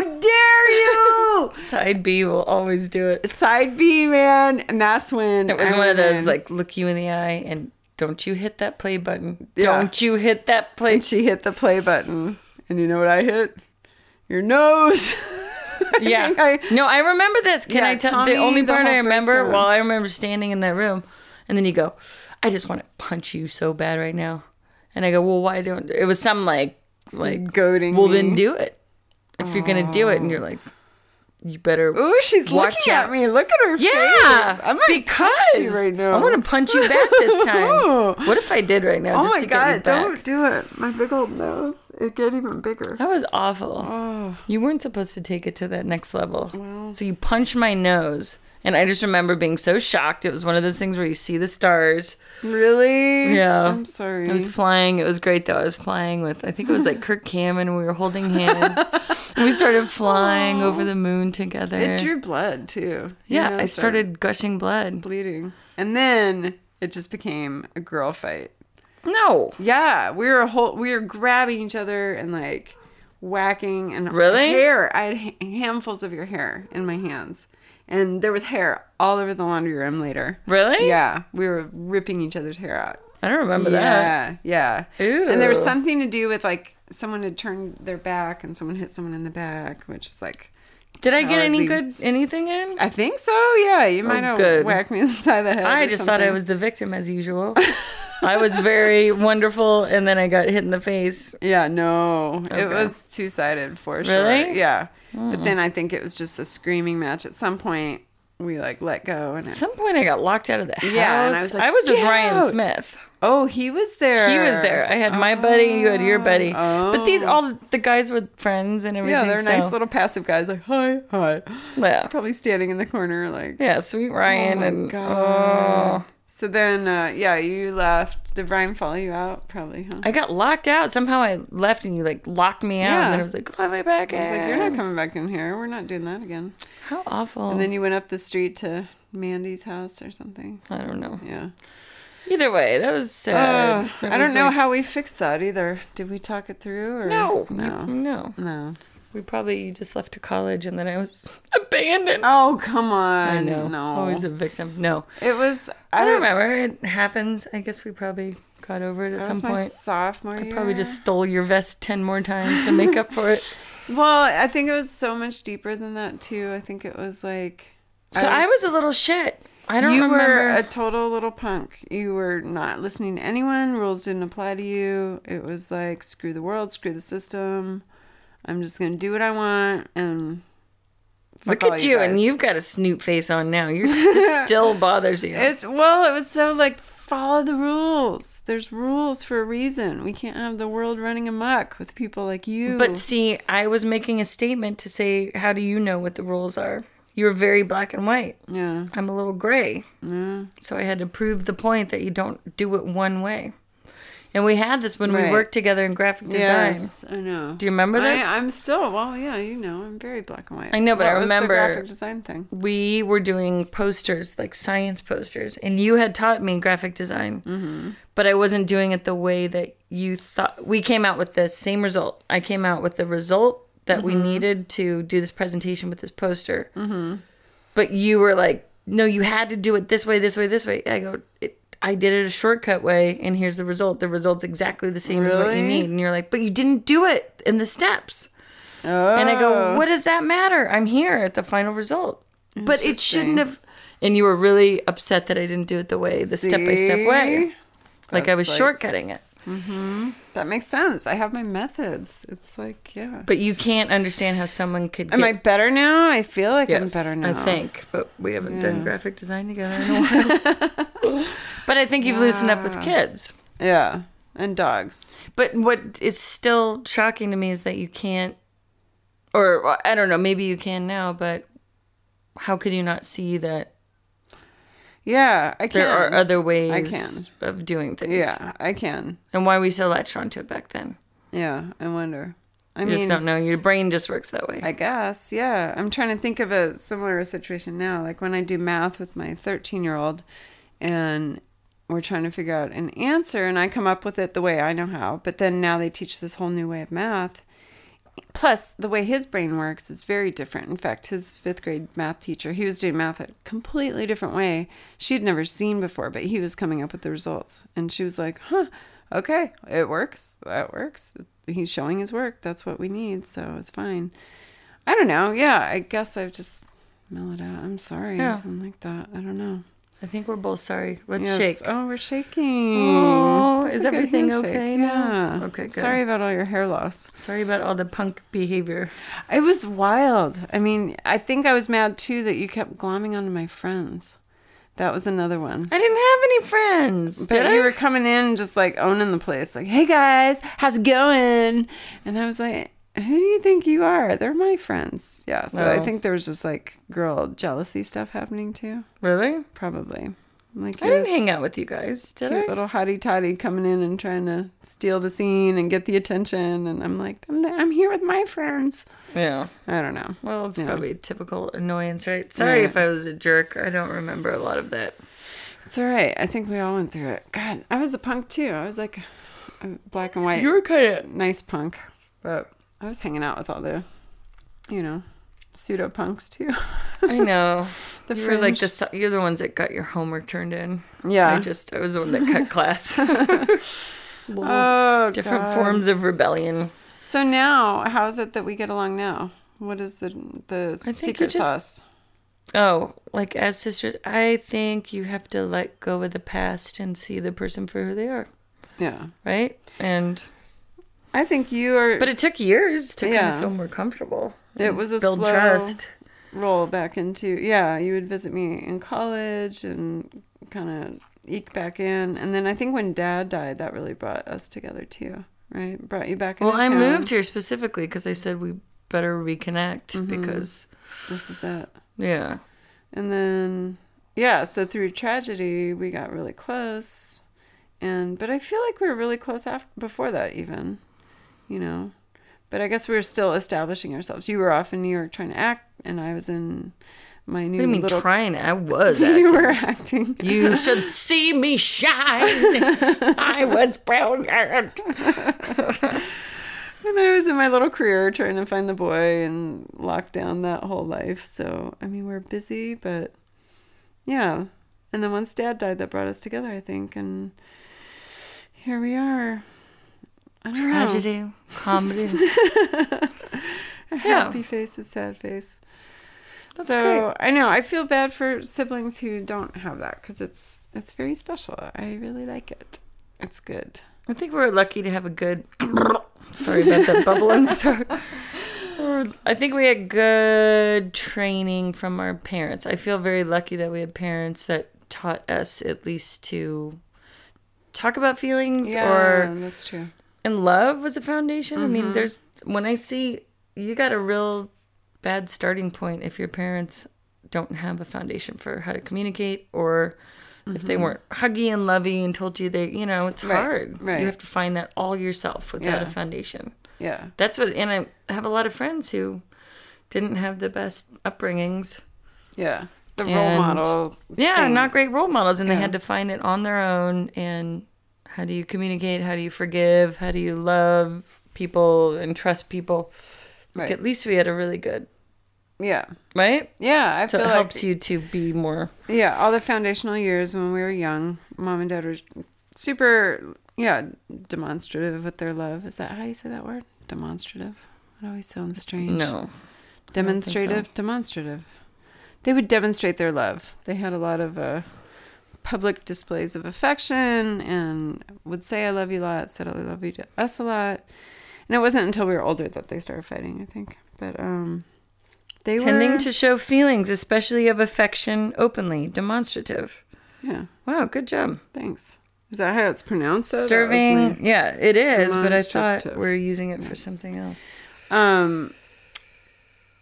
dare you
Side B will always do it.
side B, man. And that's when
It was
I
one of
went
those
in.
like look you in the eye and don't you hit that play button.
Yeah.
Don't you hit that play.
and she hit the play button, and you know what I hit? Your nose. I
Yeah.
think I,
no, I remember this. Can
Yeah,
I tell
Tommy,
the only
the
part I
whole
remember?
breakdown.
Well, I remember standing in that room, and then you go, "I just want to punch you so bad right now," and I go, "Well, why don't?" It was some like like
Goading
Well,
me.
then do it if you're gonna do it, and you're like, "You better."
ooh, she's
Watch
looking at
out.
me. Look at her
Yeah,
face. I'm gonna because punch you right now.
I want to punch you back this
Ooh.
time. what if I did right now?
Oh
just
my
to get you
god!
back?
Don't do it. My big old nose. It get even bigger.
That was awful. You weren't supposed to take it to that next level. so you punched my nose. And I just remember being so shocked. It was one of those things where you see the stars.
Really?
Yeah.
I'm sorry.
I was flying. It was great though. I was flying with, I think it was like Kirk Cameron. We were holding hands. and we started flying over the moon together.
it drew blood too. You
yeah,
know,
I
it
started gushing blood.
bleeding, and then it just became a girl fight.
No.
Yeah, we were whole, we were grabbing each other and like whacking and
Really?
hair. I had ha- handfuls of your hair in my hands, and there was hair all over the laundry room later.
Really?
Yeah, we were ripping each other's hair out.
I don't remember that.
Yeah, yeah. And there was
Ew.
something to do with like someone had turned their back and someone hit someone in the back, which is like
Did I get any
Cowardly.
good anything in?
I think so. Yeah, you might have
Oh, good.
whacked me inside the head.
I
or
just thought I
something.
was the victim as usual. I was very wonderful, and then I got hit in the face.
Yeah, no, it
Okay.
was two sided for sure.
Really? Hmm.
Yeah, but then I think it was just a screaming match. At some point, we like let go and
At
it,
some point, I got locked out of the house.
Yeah,
I
and I was
was,
like,
with
"Get
Ryan
out!"
Smith.
oh, he was there.
He was there. I had my buddy, you had your buddy. But these
Oh.
all the guys were friends and everything.
yeah, they're
so-
nice little passive guys. Like hi, hi.
Yeah,
Probably standing in the corner like.
yeah, sweet Ryan
Oh my
and
God.
oh.
So then, uh, yeah, you left. Did Brian follow you out? Probably, huh?
I got locked out. Somehow I left and you like locked me out,
Yeah.
and then I was like, "Let me back in."
I was like, you're not coming back in here. We're not doing that again.
How awful.
And then you went up the street to Mandy's house or something.
I don't know.
Yeah.
Either way, that was sad.
Ugh,
Uh, It
I don't
was
know
like-
how we fixed that either. Did we talk it through? Or?
No, no,
no,
no.
no.
We probably just left to college, and then I was abandoned.
Oh come on!
I know.
No,
Always a victim. No,
it was.
I don't remember. It happens. I guess we probably got over it at
That
some
was my
point.
sophomore
I
year.
probably just stole your vest ten more times to make up for it.
Well, I think it was so much deeper than that too. I think it was like.
So I was, a little shit. I don't
you
remember.
were a total little punk. You were not listening to anyone. Rules didn't apply to you. It was like screw the world, screw the system. I'm just gonna do what I want and. fuck
Look
all
at you, and
guys.
you've got a snoot face on now. You're it still bothers you.
It's well, it was so like follow the rules. There's rules for a reason. We can't have the world running amok with people like you.
But see, I was making a statement to say, how do you know what the rules are? You're very black and white.
yeah,
I'm
Mm.
a little gray. So I had to prove the point that you don't do it one way. And we had this when we
Right.
worked together in graphic design.
Yes, I know.
Do you remember this?
I, I'm still well, yeah, you know, I'm very black and white.
I know, but I
What was the
remember-
graphic design thing.
we were doing posters, like science posters, and you had taught me graphic design, but I wasn't doing it the way that you thought. We came out with the same result. I came out with the result that we needed to do this presentation with this poster, but you were like, "No, you had to do it this way, this way, this way." I go, it, "I did it a shortcut way, and here's the result. The result's exactly the same as what you
Really?
need." And you're like, "But you didn't do it in the steps."
Oh,
And I go, what does that matter? I'm here at the final result. But it shouldn't have. And you were really upset that I didn't do it the way, the step by step way.
See?
Like I was
That's like-
shortcutting it.
That makes sense. I have my methods. It's like, yeah.
But you can't understand how someone could get.
Am I better now? I feel like
Yes,
I'm better now.
I think. But we haven't done graphic design together in a while. but I think you've loosened up with kids.
Yeah, and dogs.
But what is still shocking to me is that you can't, or well, I don't know, maybe you can now, but how could you not see that
Yeah, I can.
there are other ways of doing things.
Yeah, I can.
And why we so latched onto it back then.
Yeah, I wonder. I
You
mean,
just don't know. Your brain just works that way.
I guess, yeah. I'm trying to think of a similar situation now. Like when I do math with my 13 year old and we're trying to figure out an answer, and I come up with it the way I know how, but then now they teach this whole new way of math. Plus, the way his brain works is very different. In fact, his fifth grade math teacher, he was doing math a completely different way she'd never seen before, but he was coming up with the results. And she was like, huh, okay, it works. That works. He's showing his work. That's what we need. So it's fine. I don't know. Yeah, I guess I've just mellowed out. I'm sorry.
Yeah.
I'm like that. I don't know.
I think we're both sorry. Let's
Yes.
shake.
Oh, we're shaking.
Oh,
That's
is
a good
everything
handshake.
okay now?
Yeah.
Okay, good.
Sorry about all your hair loss.
Sorry about all the punk behavior.
It was wild. I mean, I think I was mad too that you kept glomming onto my friends. That was another one.
I didn't have any friends.
But
did I?
you were coming in just like owning the place, like, hey guys, how's it going? And I was like, who do you think you are? They're my friends. Yeah. So I
No.
think there was just like girl jealousy stuff happening too.
really?
Probably. Like
I didn't hang out with you guys, did
cute
I?
little hottie toddy coming in and trying to steal the scene and get the attention. And I'm like, I'm, I'm here with my friends.
Yeah.
I don't know.
Well, it's
Yeah.
probably a typical annoyance, right? Sorry
Right.
if I was a jerk. I don't remember a lot of that.
It's all right. I think we all went through it. God, I was a punk too. I was like a black and white,
You were kind of.
nice punk. But I was hanging out with all the, you know, pseudo punks too.
I know.
The
you were like
fringe.
the. su- You're the ones that got your homework turned in.
Yeah.
I just I was the one that cut class.
oh,
Different
God.
forms of rebellion.
So now, how is it that we get along now? What is the the
it
secret
just-
sauce?
Oh, like as sisters, I think you have to let go of the past and see the person for who they are,
Yeah,
right? And
I think you are.
but it took years to kind of
Yeah.
feel more comfortable.
It was a
build
slow
trust.
roll back into yeah you would visit me in college and kind of eke back in and then i think when dad died that really brought us together too right brought you back
Well,
into
I
town.
moved here specifically because I said we better reconnect
Mm-hmm.
because
this is it
yeah,
and then yeah so through tragedy we got really close and but i feel like we were really close after before that even you know but i guess we were still establishing ourselves you were off in new york trying to act and i was in my
what
new
do you mean
little
trying? I was
you
acting.
were acting
You should see me shine. I was brilliant.
And I was in my little career trying to find the boy and lock down that whole life. So, I mean, we're busy, but yeah. And then once dad died, that brought us together, I think. And here we are. I don't know.
Tragedy, comedy. yeah.
Happy face is sad face.
That's
so I know I feel bad for siblings who don't have that because it's it's very special. I really like it. It's good.
I think we're lucky to have a good. Sorry about that bubble in the throat. We're- I think we had good training from our parents. I feel very lucky that we had parents that taught us at least to talk about feelings
Yeah,
or
that's true.
and love was a foundation. I
Mm-hmm.
mean, there's when I see you got a real bad starting point if your parents don't have a foundation for how to communicate or if they weren't huggy and lovey and told you they, you know, it's
Mm-hmm. Right,
hard.
right.
You have to find that all yourself without
Yeah.
a foundation.
Yeah.
That's what, and I have a lot of friends who didn't have the best upbringings.
Yeah. The role
And-
model.
Yeah,
thing.
not great role models, and they had to find it on their own. And how do you communicate? How do you forgive? How do you love people and trust people? Like,
Right.
at least we had a really good
Yeah.
right.
Yeah. I
So
feel
it
like
helps you to be more.
yeah all the foundational years when we were young mom and dad were super yeah demonstrative with their love is that how you say that word demonstrative it always sounds strange
No,
demonstrative demonstrative they would demonstrate their love they had a lot of uh, public displays of affection and would say i love you a lot said i love you to us a lot and it wasn't until we were older that they started fighting i think but um they were
tending to show feelings, especially of affection, openly, demonstrative.
yeah
Wow, good job.
Thanks. Is that how it's pronounced? though? That was
Serving, yeah, it is. But I
Demonstrative.
thought we're using it for something else.
my- um,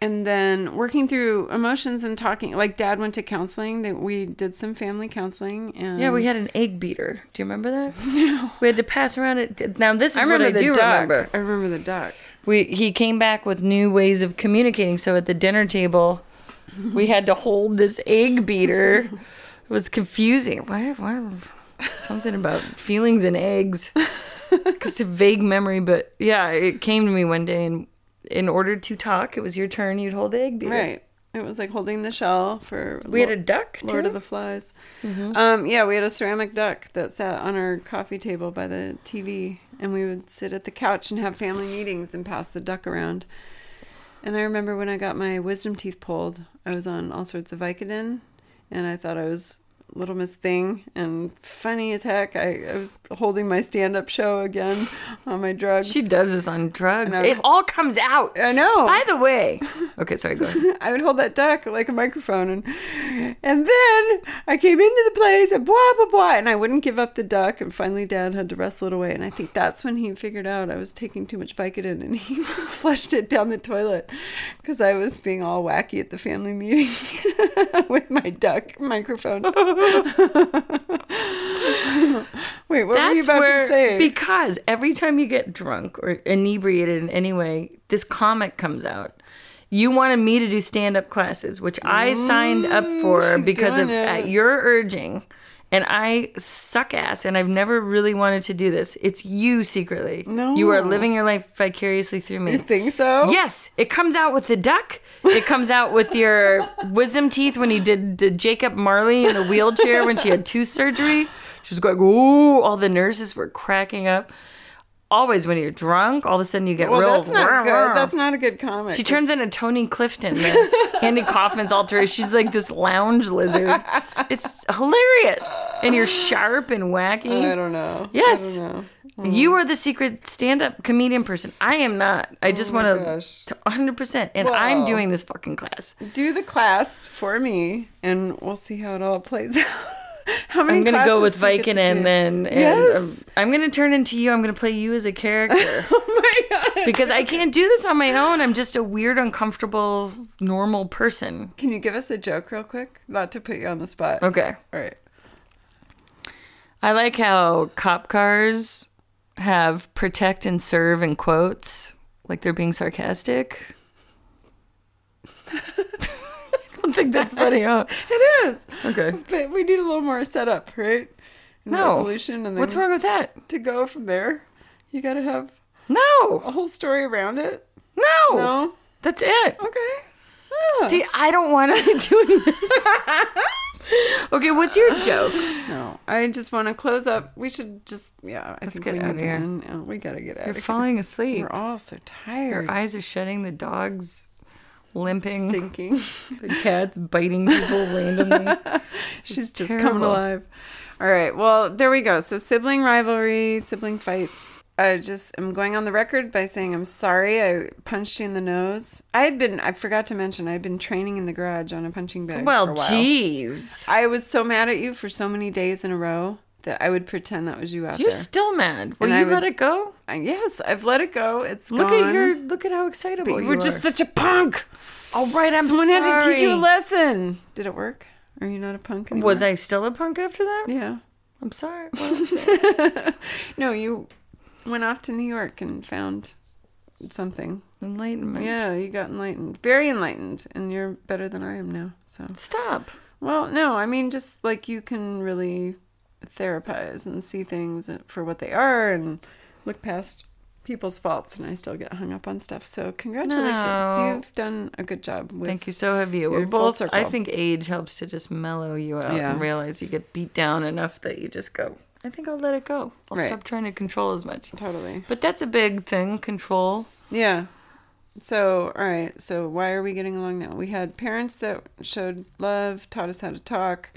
and then working through emotions and talking. Like Dad went to counseling. That we did some family counseling. And
Yeah, we had an egg beater. Do you remember that? We had to pass around it. Now this is
I remember
what I
the
do
duck.
remember.
I remember the duck.
we he came back with new ways of communicating. So at the dinner table, we had to hold this egg beater. It was confusing. Why? why something about feelings and eggs. It's a vague memory, but yeah, it came to me one day, and in order to talk, it was your turn. You'd hold the egg beater.
Right. It was like holding the shell for.
We had a duck. Too? Mm-hmm.
Lord of the Flies. Um, yeah, we had a ceramic duck that sat on our coffee table by the TV, and we would sit at the couch and have family meetings and pass the duck around. And I remember when I got my wisdom teeth pulled, I was on all sorts of Vicodin, and I thought I was Little Miss Thing and funny as heck. I, I was holding my stand up show again on my drugs.
she does this on drugs.
I-
It all comes out.
I know.
By the way, okay, sorry, go ahead.
I would hold that duck like a microphone, and and then I came into the place and blah blah blah, and I wouldn't give up the duck, and finally Dad had to wrestle it away, and I think that's when he figured out I was taking too much Vicodin, and he flushed it down the toilet because I was being all wacky at the family meeting with my duck microphone. Wait, what were you about to say?
Because every time you get drunk or inebriated in any way, this comic comes out. You wanted me to do stand up classes, which I signed up for
she's
because of
doing it.
at your urging. And I suck ass, and I've never really wanted to do this. It's you secretly.
No.
You are living your life vicariously through me.
you think so?
Yes, it comes out with the duck. It comes out with your wisdom teeth when you did, did Jacob Marley in the wheelchair when she had tooth surgery. She was going, ooh, all the nurses were cracking up. Always when you're drunk, all of a sudden you get
Well,
real.
that's not
rah,
good.
rah.
That's not a good comic.
she turns into Tony Clifton, the Andy Kaufman's alter. She's like this lounge lizard. It's hilarious, and you're sharp and wacky.
I don't know.
Yes.
I don't know. Um,
You are the secret stand-up comedian person. I am not. I just
Oh my
want
gosh.
to 100%. And
Wow.
I'm doing this fucking class.
do the class for me and we'll see how it all plays out. how many
I'm going to go with
classes do you get to do?
Vicodin then. And um,
Yes.
I'm, going to turn into you. I'm going to play you as a character
Oh my god.
because I can't do this on my own. I'm just a weird, uncomfortable, normal person.
Can you give us a joke real quick? Not to put you on the spot.
Okay.
All right.
I like how cop cars have protect and serve in quotes, like they're being sarcastic. I don't think that's funny. Huh?
It is.
Okay.
But we need a little more setup, right? And
No.
Resolution and then
What's wrong with that?
to go from there. You gotta have a
No,
whole story around it.
no,
No?
That's it.
Okay. Ah.
Oh. See, I don't want to be doing this. okay, what's your joke?
no. I just wanna close up. We should just yeah, I think
get
we
out
need
of
to
here.
end. No, we gotta get out
You're
of here.
falling asleep.
We're all so tired.
Your eyes are shutting. The dog's limping.
Stinking.
The cat's biting people randomly. It's
She's just coming
terrible.
alive. All right. Well, there we go. So sibling rivalry, sibling fights. I just am going on the record by saying I'm sorry I punched you in the nose. I had been I forgot to mention I'd been training in the garage on a punching bag. for a
Well,
while.
jeez.
I was so mad at you for so many days in a row that I would pretend that was you out
You're
there.
still mad. Will
And I
you
would-
let it go?
Uh, yes, I've let it go. It's
Look
gone.
at your. Look at how excitable
You
you
were
are.
just such a punk.
All right, I'm
Someone
sorry.
had to teach you a lesson. Did it work? Are you not a punk anymore?
Was I still a punk after that?
Yeah.
I'm sorry. Well,
no, you went off to New York and found something.
enlightenment.
Yeah, you got enlightened. Very enlightened. And you're better than I am now. So.
Stop.
Well, no, I mean, just like you can really therapize and see things for what they are and look past people's faults. And I still get hung up on stuff. So, congratulations.
No.
You've done a good job. With,
Thank you. So have you.
you're
We're
full
both. I
circle.
think age helps to just mellow you out
Yeah.
and realize you get beat down enough that you just go. I think I'll let it go. I'll
Right.
stop trying to control as much.
Totally.
But that's a big thing. Control.
Yeah. So, all right. So, why are we getting along now? We had parents that showed love, taught us how to talk.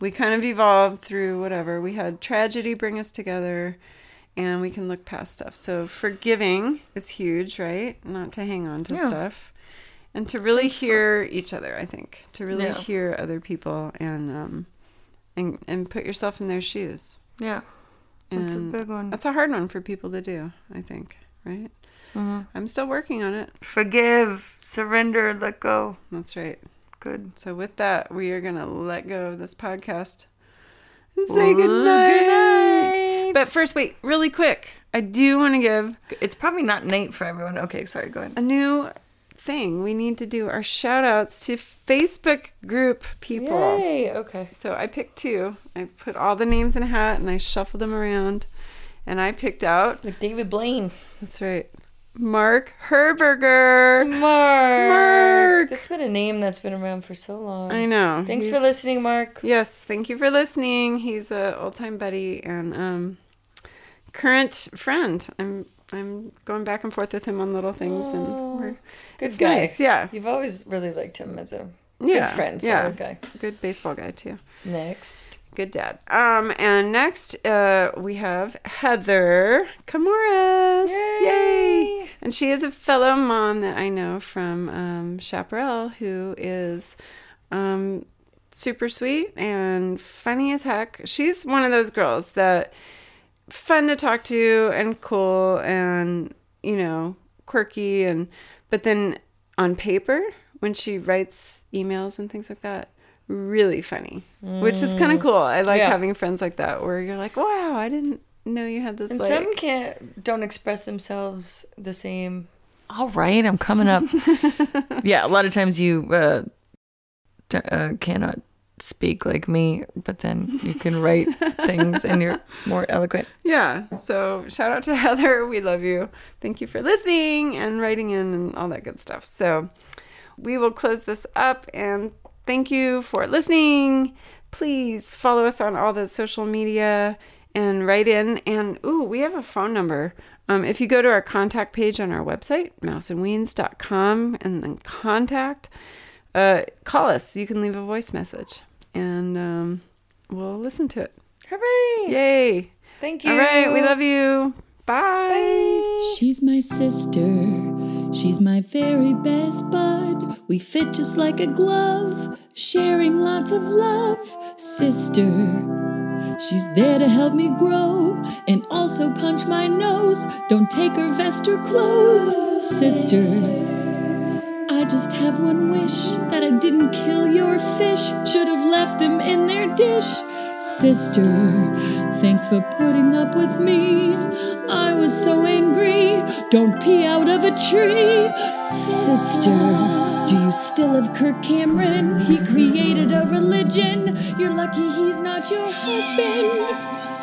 We kind of evolved through whatever. We had tragedy bring us together, and we can look past stuff. So, forgiving is huge, right? Not to hang on to
Yeah.
stuff. And to really hear each other, I think. To really
Yeah.
hear other people and um and and put yourself in their shoes.
Yeah.
And
That's a big one.
that's a hard one for people to do, I think, right?
Mm-hmm.
I'm still working on it.
Forgive. Surrender. Let go.
That's right.
Good.
So with that, we are gonna let go of this podcast and say
Ooh, good
goodnight.
night.
But first, wait, really quick. I do want to give
It's probably not Nate for everyone. Okay, sorry. Go ahead.
a new thing. We need to do our shout outs to Facebook group people.
Okay.
So I picked two. I put all the names in a hat and I shuffled them around. And I picked out,
Like David Blaine.
that's right, Mark
Mm.
Herberger.
Mark.
Mark.
That's been a name that's been around for so long.
I know.
Thanks for
he's-
listening, Mark.
Yes, thank you for listening. He's a old time buddy and um, current friend. I'm I'm going back and forth with him on little things and we're
Good
it's
guy.
nice, yeah.
You've always really liked him as a
Yeah,
good friend.
yeah.
Yeah. Guy.
good baseball guy too.
Next.
Good dad. Um, and next uh, we have Heather Camoras. Yay! And she is a fellow mom that I know from um, Chaparral, who is um, super sweet and funny as heck. She's one of those girls that fun to talk to and cool and you know quirky and but then on paper when she writes emails and things like that really funny which is kind of cool i like
Mm. Yeah.
having friends like that where you're like wow i didn't know you had this
And
like
some can't don't express themselves the same. All right, I'm coming up. yeah, a lot of times you uh, d- uh, cannot speak like me, but then you can write things and you're more eloquent.
Yeah. So shout out to Heather. We love you. Thank you for listening and writing in and all that good stuff. So we will close this up and thank you for listening. Please follow us on all the social media and write in. And ooh, we have a phone number. Um, if you go to our contact page on our website, mouseandweens.com, and then contact, uh, call us. You can leave a voice message and um, we'll listen to it.
Hooray!
Yay!
Thank you.
All right, we love you. Bye.
She's my sister. She's my very best bud. We fit just like a glove, sharing lots of love. Sister, she's there to help me grow and also punch my nose. Don't take her vest or clothes. Sister, I just have one wish that I didn't kill your fish. Should have left them in their dish. Sister, thanks for putting up with me. I was so angry. Don't pee out of a tree. Sister, do you still have Kirk Cameron? He created a religion. You're lucky he's not your husband.